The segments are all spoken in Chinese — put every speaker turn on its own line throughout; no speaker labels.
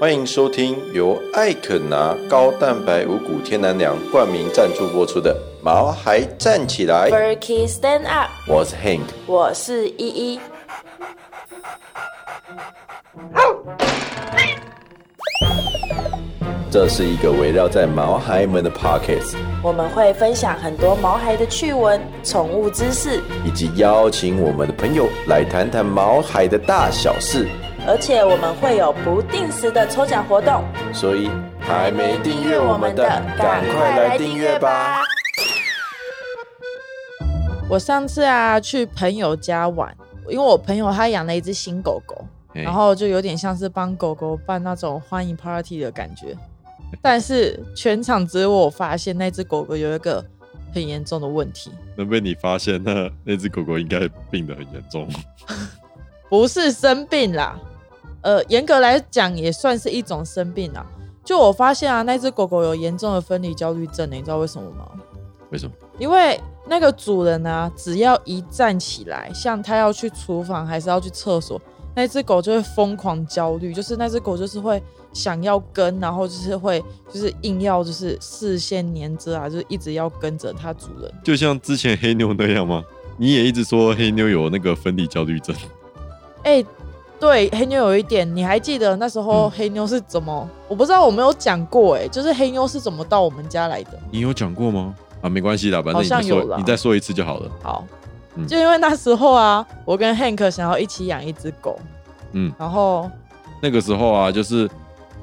欢迎收听由艾肯拿高蛋白五谷天然粮冠名赞助播出的《毛孩站起来》，
Berkey Stand Up，
我是 Hank。
我是依依。
这是一个围绕在毛孩们的 Pockets，
我们会分享很多毛孩的趣闻、宠物知识，
以及邀请我们的朋友来谈谈毛孩的大小事。
而且我们会有不定时的抽奖活动。
所以还没订阅我们的，赶快来订阅吧！！
我上次啊去朋友家玩，因为我朋友他养了一只新狗狗，
嘿
然后就有点像是帮狗狗办那种欢迎 party 的感觉。但是全场只有我发现那只狗狗有一个很严重的问题，
能被你发现，那那只狗狗应该病得很严重。
不是生病啦，呃，严格来讲也算是一种生病啦。就我发现啊，那只狗狗有严重的分离焦虑症、你知道为什么吗？
为什么？
因为那个主人啊，只要一站起来，像他要去厨房还是要去厕所，那只狗就会疯狂焦虑，就是那只狗就是会想要跟，然后就是会就是硬要就是视线粘着啊，就是一直要跟着它主人。
就像之前黑妞那样吗？你也一直说黑妞有那个分离焦虑症，
哎、对，黑妞有一点，你还记得那时候
嗯
黑妞是怎么？我不知道我没有讲过、哎，就是黑妞是怎么到我们家来的。
你有讲过吗？啊，没关系啦，反正你
好
再
像有
说
啦
你再说一次就好了。
好，
嗯
就因为那时候啊，我跟 Hank 想要一起养一只狗，
嗯，
然后
那个时候啊，就是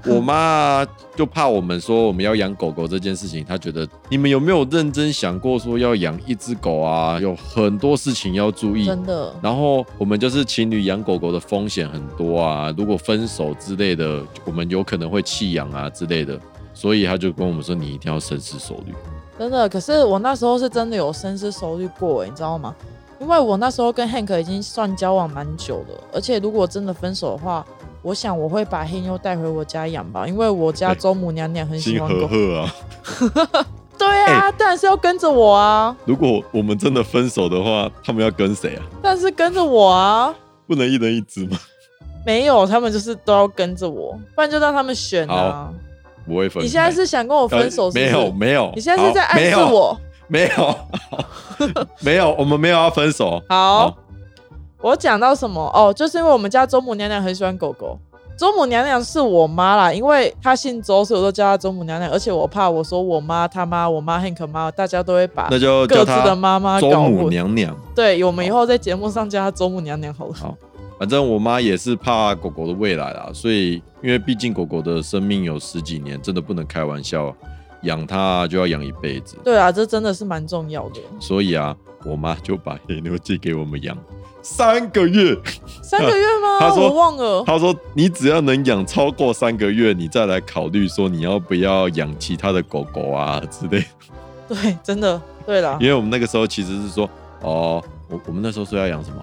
我妈啊就怕我们说我们要养狗狗这件事情，她觉得你们有没有认真想过说要养一只狗啊？有很多事情要注意，
真的，
然后我们就是情侣养狗狗的风险很多啊，如果分手之类的，我们有可能会弃养啊之类的，所以他就跟我们说，你一定要深思熟虑。
真的，可是我那时候是真的有深思熟虑过、哎，你知道吗？因为我那时候跟 Hank 已经算交往蛮久了，而且如果真的分手的话，我想我会把黑妞带回我家养吧，因为我家
哎
周母娘娘很喜
心
欢
和哎
狗。
和啊，
对啊，当然是要跟着我啊，
如果我们真的分手的话，他们要跟谁啊？
但是跟着我啊，
不能一人一只吗？
没有，他们就是都要跟着我，不然就让他们选啊。
不会分开。
你现在是想跟我
呃
分手是不是
没有没有，
你现在是在
好
暗示？我？
没有 没有没有，我们没有要分手。
好，
好
我讲到什么？哦，就是因为我们家周母娘娘很喜欢狗狗。周母娘娘是我妈啦，因为她姓周，所以我都叫她周母娘娘。而且我怕我说我妈、她妈、我妈、Hank 妈，大家都会把
那就
各
叫
自的
他
妈妈
周
搞
母
混。
娘娘。
对，我们以后在节目上叫她周母娘娘好了。
反正我妈也是怕狗狗的未来啦，所以因为毕竟狗狗的生命有十几年，真的不能开玩笑，养它就要养一辈子。
对啊，这真的是蛮重要的。
所以啊，我妈就把黑妞借给我们养三个月。
三个月吗？
呃她说
我忘了。
她说，你只要能养超过三个月，你再来考虑说你要不要养其他的狗狗啊之类的。
对，真的。对啦，
因为我们那个时候其实是说，哦，我我们那时候说要养什么？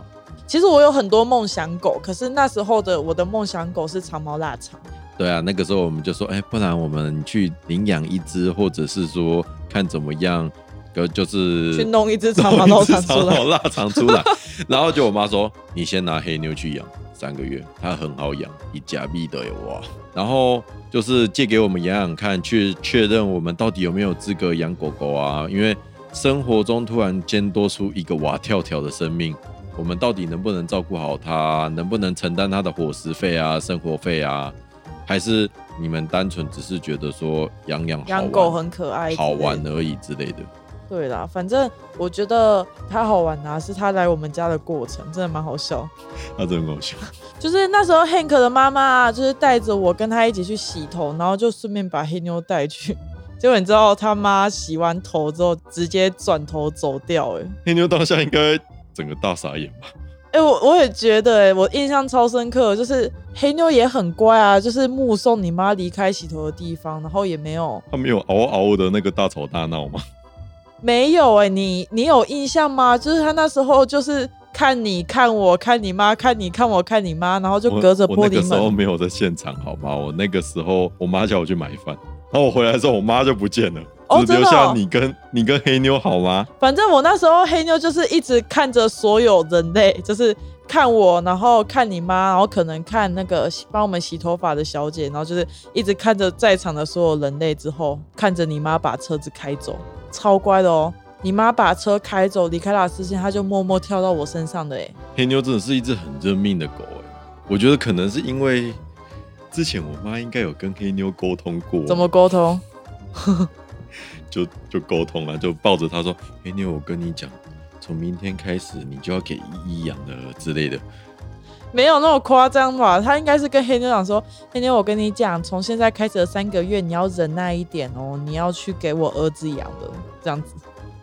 其实我有很多梦想狗，可是那时候的我的梦想狗是长毛腊肠。
对啊，那个时候我们就说，哎、不然我们去领养一只，或者是说看怎么样，呃，就是
去弄一 只
弄
长毛腊肠
一只
出
长
来
毛。腊肠出 来。然后就我妈说，你先拿黑妞去养三个月，它很好养，以假币的耶哇。啊然后就是借给我们养养看，去确认我们到底有没有资格养狗狗啊，因为生活中突然间多出一个蛙跳跳的生命。我们到底能不能照顾好它，能不能承担它的伙食费啊、生活费啊？还是你们单纯只是觉得说养养好玩
养狗很可爱之类的
好玩而已之类的？
对啦，反正我觉得它好玩啊，是它来我们家的过程，真的蛮好笑。
那真的很好笑。
就是那时候 Hank 的妈妈、啊、就是带着我跟他一起去洗头，然后就顺便把黑妞带去。结果你知道他妈洗完头之后直接转头走掉、欸，哎
黑妞当下应该整个大傻眼吧？
哎、我我也觉得、欸，我印象超深刻，就是黑妞也很乖啊，就是目送你妈离开洗头的地方，然后也没有
他没有嗷嗷的那个大吵大闹吗？
没有哎、你你有印象吗？就是他那时候就是看你看我看你妈看你看我看你妈，然后就
我
隔着
我
玻
那个
璃
时候
门。
没有在现场，好吗？我那个时候我妈叫我去买饭，然后我回来之后，我妈就不见了，
哦
只
真
留
的哦
下你跟你跟黑妞，好吗？
反正我那时候黑妞就是一直看着所有人类，就是看我，然后看你妈，然后可能看那个洗帮我们洗头发的小姐，然后就是一直看着在场的所有人类之后，看着你妈把车子开走，超乖的哦。你妈把车开走，离开她的视线，她就默默跳到我身上的哎。
黑妞真的是一只很认命的狗哎、我觉得可能是因为之前我妈应该有跟黑妞沟通过，
怎么沟通？
就就沟通了，就抱着她说：“黑妞，我跟你讲，从明天开始你就要给依依养了之类的。
没有那么夸张吧？她应该是跟黑妞讲说：“黑妞，我跟你讲，从现在开始的三个月，你要忍耐一点哦，你要去给我儿子养了，这样子。””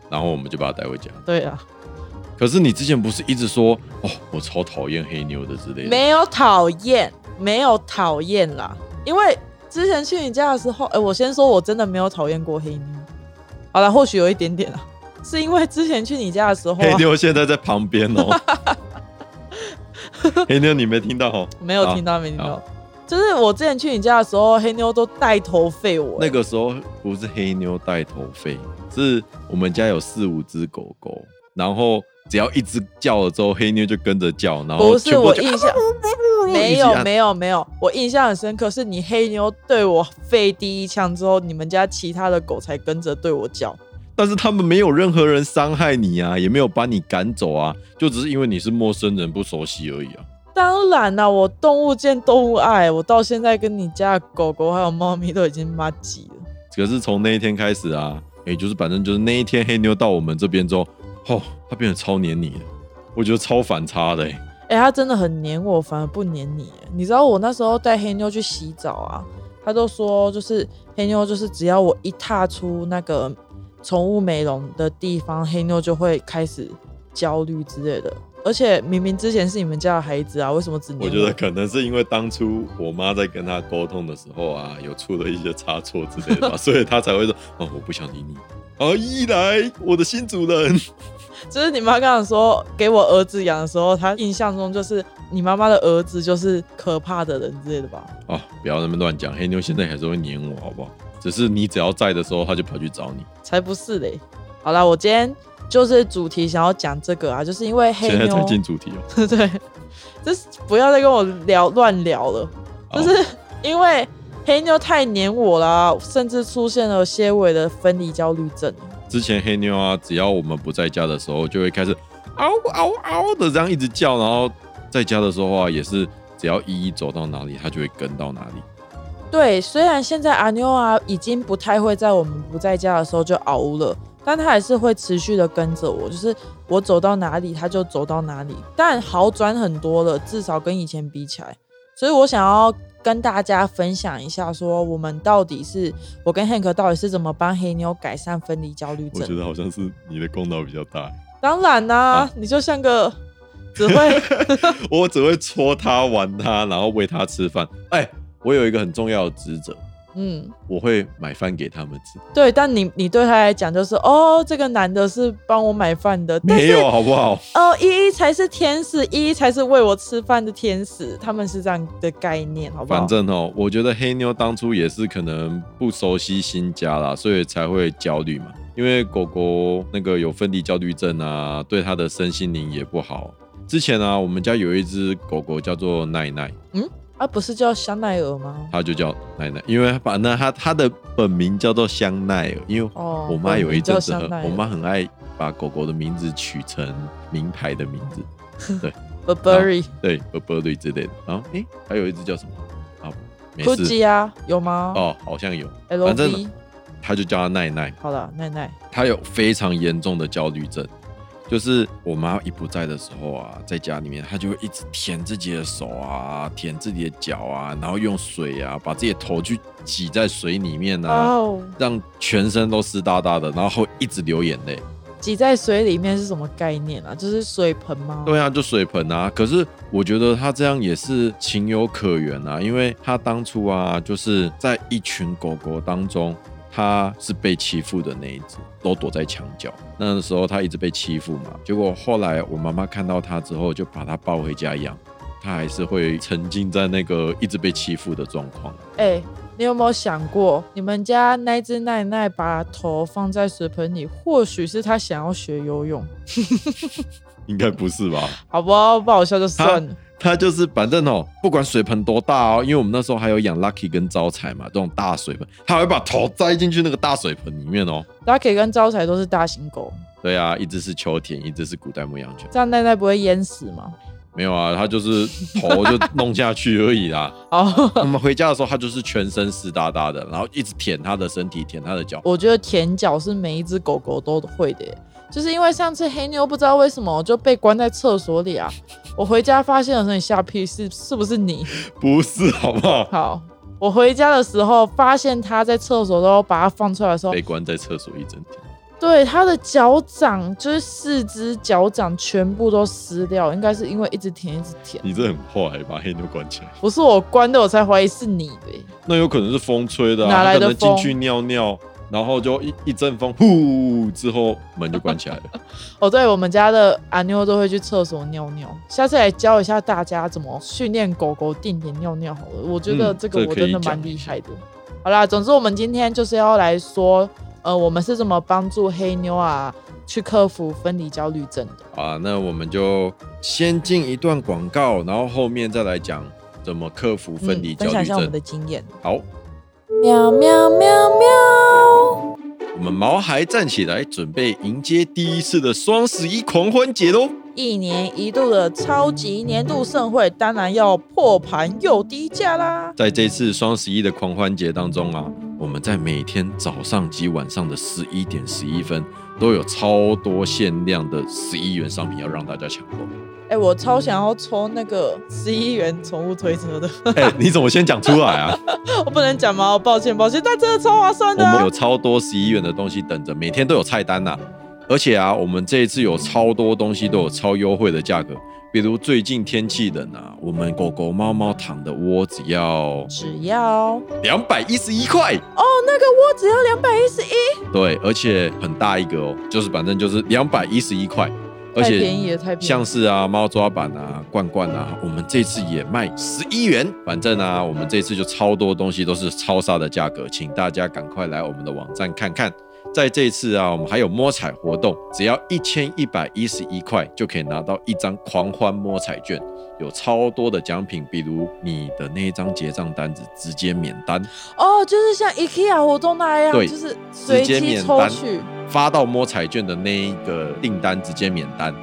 然后我们就把她带回家。
对啊，
可是你之前不是一直说哦，我超讨厌黑妞的之类的？
没有讨厌，啊没有讨厌啦，因为之前去你家的时候，哎、我先说我真的没有讨厌过黑妞。好了，或许有一点点啦，是因为之前去你家的时 候、
黑
啊、
妞现在在旁边 哦。黑妞，你没听到哦？
没有听到，没听到。就是我之前去你家的时候，黑妞都带头吠我、哎
那个时候不是黑妞带头费，是我们家有四五只狗狗，然后只要一只叫了之后，黑妞就跟着叫，然后
不是
哦全部
我
就
印象，没
一起
有
按
没有没有，我印象很深刻，是你黑妞对我吠第一枪之后，你们家其他的狗才跟着对我叫。
但是他们没有任何人伤害你啊，也没有把你赶走啊，就只是因为你是陌生人不熟悉而已啊。
当然啦、我动物见动物爱，我到现在跟你家的狗狗还有猫咪都已经妈急了。
可是从那一天开始啊，也、就是反正就是那一天黑妞到我们这边之后，哦，她变得超黏你的，我觉得超反差的、欸。
哎、它真的很黏我，反而不黏你耶。你知道我那时候带黑妞去洗澡啊，它都说就是黑妞，就是只要我一踏出那个宠物美容的地方，黑妞就会开始焦虑之类的。而且明明之前是你们家的孩子啊，为什么只黏
我觉得可能是因为当初我妈在跟她沟通的时候啊，有出了一些差错之类 的吧，所以她才会说哦，我不想理你。哦，一来我的新主人，
就是你妈刚刚说给我儿子养的时候，她印象中就是你妈妈的儿子就是可怕的人之类的吧？
哦，不要那么乱讲，黑妞现在还是会黏我，好不好？只是你只要在的时候，她就跑去找你。
才不是嘞！好啦，我今天就是主题想要讲这个啊，就是因为黑
现在才
妞，
进主题哦，
对，就是不要再跟我聊乱聊了，
好
就是 因为黑妞太黏我啦，甚至出现了些微的分离焦虑症。
之前黑妞啊，只要我们不在家的时候，就会开始嗷嗷嗷的这样一直叫，然后在家的时候啊，也是只要依依走到哪里，它就会跟到哪里。
对，虽然现在阿妞啊已经不太会在我们不在家的时候就嗷呜了，但她还是会持续的跟着我，就是我走到哪里，她就走到哪里。但好转很多了，至少跟以前比起来。所以我想要跟大家分享一下，说我们到底是我跟 Hank 到底是怎么帮黑妞改善分离焦虑
我觉
症。
得好像是你的功劳比较大，
当然啦、
啊
你就像 个只会
我只会戳它、玩它，然后喂它吃饭。哎，我有一个很重要的职责，
嗯。
我会买饭给他们吃。
对，但你你对他来讲就是哦，这个男的是帮我买饭的，但
没
是
有好不好？
哦，依依才是天使，依依才是喂我吃饭的天使，他们是这样的概念，好不好？
反正哦，我觉得黑妞当初也是可能不熟悉新家啦，所以才会焦虑嘛。因为狗狗那个有分离焦虑症啊，对它的身心灵也不好。之前啊，我们家有一只狗狗叫做奈奈，
啊，不是叫香奈儿吗？
它就叫奈奈，因为反正它它的本名叫做香奈儿，因为
哦，
我妈有一阵子
叫香
很
奈，儿
我妈很爱把狗狗的名字取成名牌的名字，
Burberry、
对，Burberry 之类的。然后诶，还有一只叫什么？啊，没事
Gucci 啊，有吗？
哦，好像有，
l
反正
v
他就叫她奈奈。
好了，奈奈，
她有非常严重的焦虑症，就是我妈一不在的时候啊，在家里面，她就会一直舔自己的手啊，舔自己的脚啊，然后用水啊，把自己的头去挤在水里面啊，
哦，
让全身都湿哒哒的，然后会一直流眼泪。
挤在水里面是什么概念啊？就是水盆吗？
对啊，就水盆啊。可是我觉得他这样也是情有可原啊，因为他当初啊，就是在一群狗狗当中，他是被欺负的那一只，都躲在墙角。那时候他一直被欺负嘛，结果后来我妈妈看到他之后，就把他抱回家养。他还是会沉浸在那个一直被欺负的状况。
哎、你有没有想过，你们家那只奈奈把头放在水盆里，或许是她想要学游泳？
应该不是吧？
好不好？不好笑就算了。
它就是反正哦，不管水盆多大哦，因为我们那时候还有养 Lucky 跟招财嘛，这种大水盆，它还会把头栽进去那个大水盆里面哦。
Lucky 跟招财都是大型狗，
对啊，一只是秋田，一只是古代牧羊犬。
这样奈奈不会淹死吗？
没有啊，它就是头就弄下去而 已啦。
哦，
我们回家的时候，它就是全身湿哒哒的，然后一直舔它的身体，舔它的脚。
我觉得舔脚是每一只狗狗都会的耶，就是因为上次黑妞不知道为什么就被关在厕所里啊。我回家发现的时候，你吓屁是是不是你？
不是，好不好？
好，我回家的时候发现它在厕所都把它放出来的时候
被，关在厕所一整天。
对它的脚掌就是四只脚掌全部都撕掉，应该是因为一直舔一直舔。
你这很坏，把黑妞关起来。
不是我关的，我才怀疑是你的欸耶。
那有可能是风吹的、啊，
哪来的
它可能
风
进去尿尿，然后就一一阵风，呼之后门就关起来了。
哦，对，我们家的阿妞都会去厕所尿尿，下次来教一下大家怎么训练狗狗定点尿尿好了。我觉得
嗯
这
这
个
个
我
可以
真的
讲
蛮
一
厉
下
害的。好啦，总之我们今天就是要来说，呃，我们是怎么帮助黑妞啊去克服分离焦虑症的。
啊，那我们就先进一段广告，然后后面再来讲怎么克服分离
嗯、
焦
分享
虑
一下我们
症。
的经验。
好，
喵喵喵喵！
我们毛孩站起来，准备迎接第一次的双十一狂欢节喽！
一年一度的超级年度盛会，当然要破盘又低价啦。
在这次双十一的狂欢节当中啊，我们在每天早上及晚上的十一点十一分，都有超多限量的十一元商品要让大家抢 购。
哎、我超想要抽那个十一元宠物推车的，
哎、你怎么先讲出来啊？
我不能讲吗？我抱歉，抱歉，但真的超划算
我
的、
们
啊
有。超多十一元的东西等着，每天都有菜单呐、而且啊，我们这一次有超多东西都有超优惠的价格，比如最近天气冷啊，我们狗狗、猫猫躺的窝只要
只要
两百一十一块，
哦，那个窝只要两百一十一，
对，而且很大一个哦，就是反正就是两百一十一块，而
太
且
便宜了，太便宜
像
了。
是啊猫抓板啊、罐罐啊，我们这次也卖十一元。反正啊，我们这次就超多东西都是超杀的价格，请大家赶快来我们的网站看看。在这一次啊，我们还有摸彩活动，只要一千一百一十一块就可以拿到一张狂欢摸彩券，有超多的奖品，比如你的那一张结账单子直接免单，
哦，就是像 IKEA 活动那样，
对
就是
直
随
接
机
免
抽
单
取。，
发到摸彩券的那一个订单直接免单，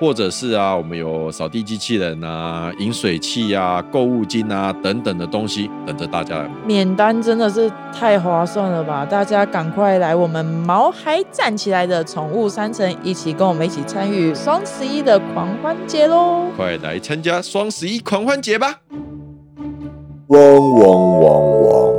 或者是啊，我们有扫地机器人啊、饮水器啊、购物巾啊等等的东西等着大家来买。
免单真的是太划算了吧！大家赶快来我们毛孩站起来的宠物三层，一起跟我们一起参与双十一的狂欢节喽！
快来参加双十一狂欢节吧！
嗡嗡嗡嗡，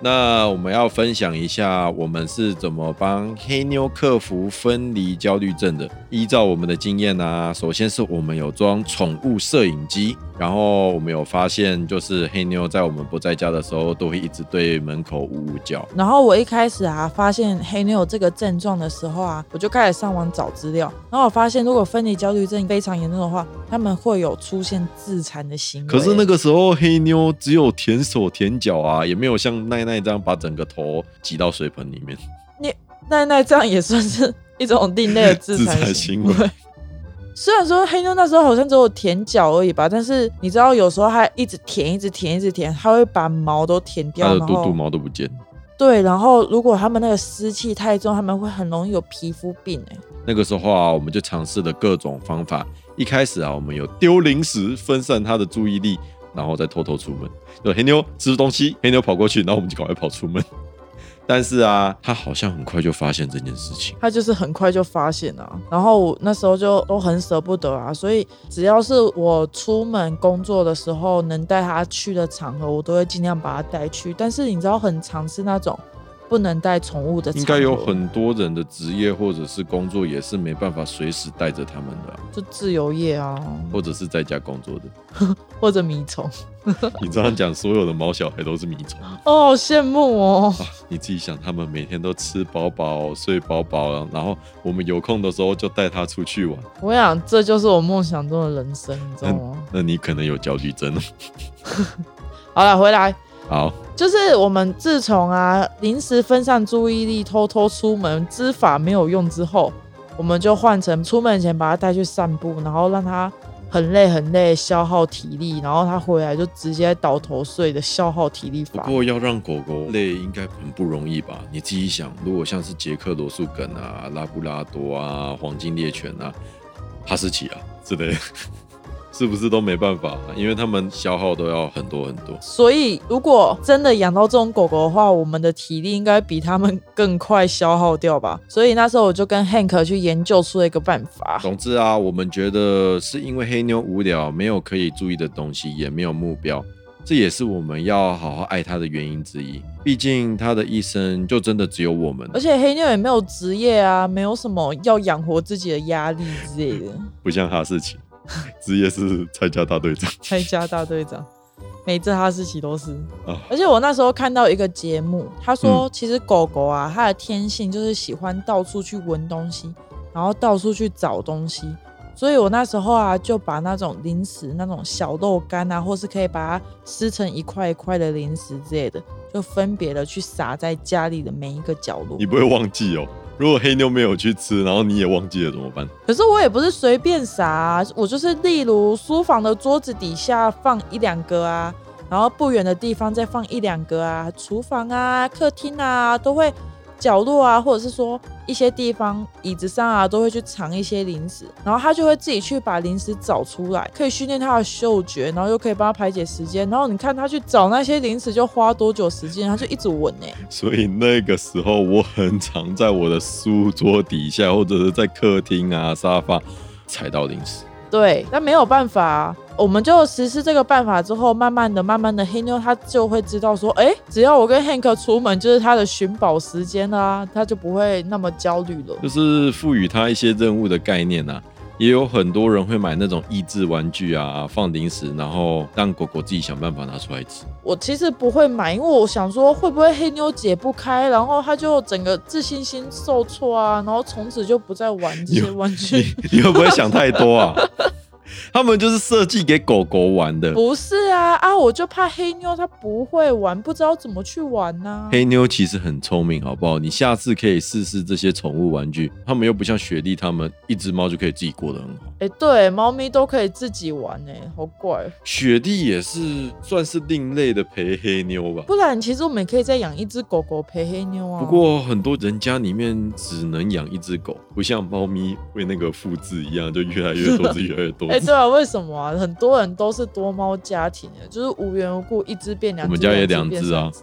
那我们要分享一下我们是怎么帮黑妞克服分离焦虑症的。依照我们的经验啊，首先是我们有装宠物摄影机，然后我们有发现，就是黑妞在我们不在家的时候，都会一直对门口呜呜叫。
然后我一开始啊，发现黑妞有这个症状的时候啊，我就开始上网找资料。然后我发现，如果分离焦虑症非常严重的话，他们会有出现自残的行为。
可是那个时候黑妞只有舔手舔脚啊，也没有像奈奈这样把整个头挤到水盆里面。
奈奈这样也算是一种另类的自
自
残行
残行
为
为。
虽然说黑妞那时候好像只有舔脚而已吧，但是你知道有时候它一直舔，一直舔，一直舔，它会把毛都舔掉，
它的
然
嘟
后
嘟毛都不见。
对，然后如果它们那个湿气太重，它们会很容易有皮肤病哎、
那个时候啊，我们就尝试了各种方法。一开始啊，我们有丢零食分散它的注意力，然后再偷偷出门。就黑妞吃东西，黑妞跑过去，然后我们就赶快跑出门。 但是啊，它好像很快就发现这件事情。
他就是很快就发现了、然后我那时候就都很舍不得啊，所以只要是我出门工作的时候能带他去的场合，我都会尽量把他带去。但是你知道，很常是那种不能带宠物的场合，
应该有很多人的职业或者是工作也是没办法随时带着他们的啊、
就自由业啊，
或者是在家工作的。
或者米虫，
你这样讲，所有的毛小孩都是米虫。
哦，好羡慕哦。
你自己想，他们每天都吃饱饱、睡饱饱，然后我们有空的时候就带他出去玩。
我想这就是我梦想中的人生，你知道吗？
那你可能有焦虑症。
好了，回来。
好，
就是我们自从啊临时分散注意力、偷偷出门之法没有用之后，我们就换成出门前把它带去散步，然后让它很累很累，消耗体力，然后它回来就直接倒头睡的消耗体力
不
法。
过要让狗狗累应该很不容易吧？你自己想，如果像是捷克罗素梗啊、拉布拉多啊、黄金猎犬啊、哈士奇啊之类的， 是不是都没办法、啊因为它们消耗都要很多很多。
所以，如果真的养到这种狗狗的话，我们的体力应该比它们更快消耗掉吧。所以那时候我就跟 Hank 去研究出了一个办法。
总之啊，我们觉得是因为黑妞无聊，没有可以注意的东西，也没有目标，这也是我们要好好爱它的原因之一。毕竟它的一生就真的只有我们，
而且黑妞也没有职业啊，没有什么要养活自己的压力之类的。
不像哈士奇， 职业是参加大队长。
参加大队长，每次哈士奇都是
啊。
而且我那时候看到一个节目，他说其实狗狗啊，它的天性就是喜欢到处去闻东西，然后到处去找东西。所以我那时候啊，就把那种零食、那种小豆干啊，或是可以把它撕成一块一块的零食之类的，就分别的去撒在家里的每一个角落
你。不会忘记哦。如果黑妞没有去吃，然后你也忘记了怎么办？
可是我也不是随便撒、啊，我就是例如书房的桌子底下放一两个啊，然后不远的地方再放一两个啊，厨房啊、客厅啊都会角落啊，或者是说一些地方椅子上啊都会去藏一些零食，然后它就会自己去把零食找出来，可以训练它的嗅觉，然后又可以帮它排解时间。然后你看它去找那些零食就花多久时间，它就一直闻欸呢、
所以那个时候，我很常在我的书桌底下，或者是在客厅啊、沙发踩到零食。
对，但没有办法、啊我们就实施这个办法之后，慢慢的、慢慢的，黑妞她就会知道说，哎，只要我跟 Hank 出门，就是她的寻宝时间啊，她就不会那么焦虑了。
就是赋予它一些任务的概念啊。也有很多人会买那种益智玩具啊，放零食，然后让狗狗自己想办法拿出来吃。
我其实不会买，因为我想说，会不会黑妞解不开，然后她就整个自信心受挫啊，然后从此就不再玩这些
有
玩
你
具。
你会不会想太多啊？ 他们就是设计给狗狗玩的。
不是啊啊！我就怕黑妞她不会玩，不知道怎么去玩呐、
黑妞其实很聪明，好不好？你下次可以试试这些宠物玩具，它们又不像雪莉，它们一只猫就可以自己过得很好。
哎、对，猫咪都可以自己玩哎、好怪哦、
雪莉也是算是另类的陪黑妞吧。
不然，其实我们也可以再养一只狗狗陪黑妞啊。
不过很多人家里面只能养一只狗，不像猫咪会那个复制一样，就越来越多只，越来越 多
哎、
只。
对啊，为什么啊？很多人都是多猫家庭的，就是无缘无故一只变两只，
我们家也两
变
只啊
三只。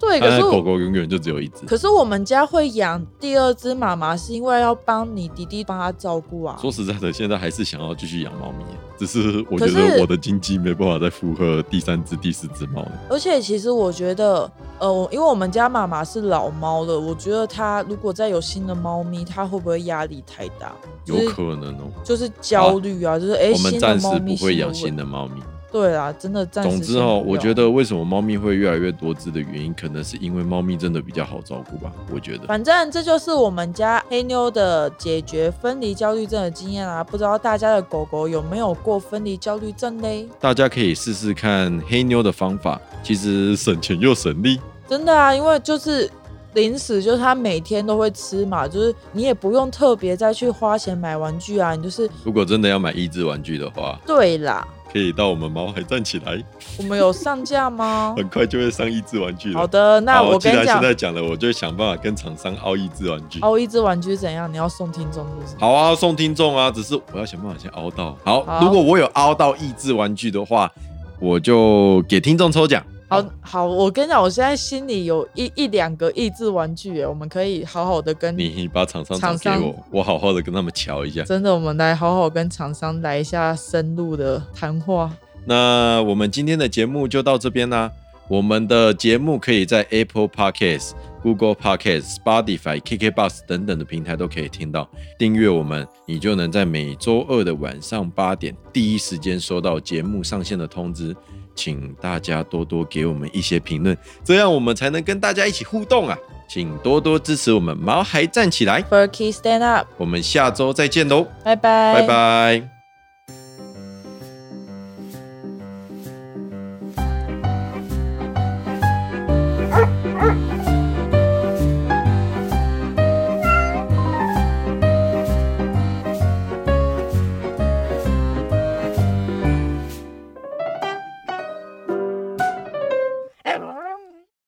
对，可
但
是
狗
我
狗永远就只有一只。
可是我们家会养第二只妈妈，是因为要帮你弟弟帮他照顾啊。
说实在的，现在还是想要继续养猫咪，啊只是我
可
觉得
是
我的经济没办法再负荷第三只、第四只猫了。
而且其实我觉得，呃，我因为我们家妈妈是老猫了，我觉得它如果再有新的猫咪，它会不会压力太大？就是
有可能哦、
就是焦虑啊，就是哎，
我们
新
暂
的
时
猫咪
不会养
新
新
的
的猫咪。
问。对啦，真的暂时
总之
先
哦，
不
我
要
觉得为什么猫咪会越来越多只的原因，可能是因为猫咪真的比较好照顾吧。我觉得
反正这就是我们家黑妞的解决分离焦虑症的经验啊，不知道大家的狗狗有没有过分离焦虑症嘞？
大家可以试试看黑妞的方法，其实省钱又省力。
真的啊，因为就是零食，就是它每天都会吃嘛，就是你也不用特别再去花钱买玩具啊，你就是
如果真的要买益智玩具的话，
对啦，
可以到我们猫还站起来，？
我们有上架吗
很快就会上益智玩具了。
好，的，那
啊好
我
既
跟
然
你讲哦
现，在讲了，我就想办法跟厂商凹益智玩具。
凹一只玩具怎样？你要送听众是不是？
好啊，送听众啊，只是我要想办法先凹到。好，
好
如果我有凹到益智玩具的话，我就给听众抽奖。
好好，我跟你讲，我现在心里有一一两个益智玩具耶，我们可以好好的跟
你把厂商
厂
找给
商
我，我好好的跟他们瞧一下。
真的，我们来好好跟厂商来一下深入的谈话。
那我们今天的节目就到这边啦。我们的节目可以在 Apple Podcast、Google Podcast、Spotify、KKBox 等等的平台都可以听到。订阅我们，你就能在每周二的晚上八点第一时间收到节目上线的通知。请大家多多给我们一些评论，这样我们才能跟大家一起互动啊！请多多支持我们毛孩站起来，
Furky stand up，
我们下周再见喽，
拜拜，
拜拜。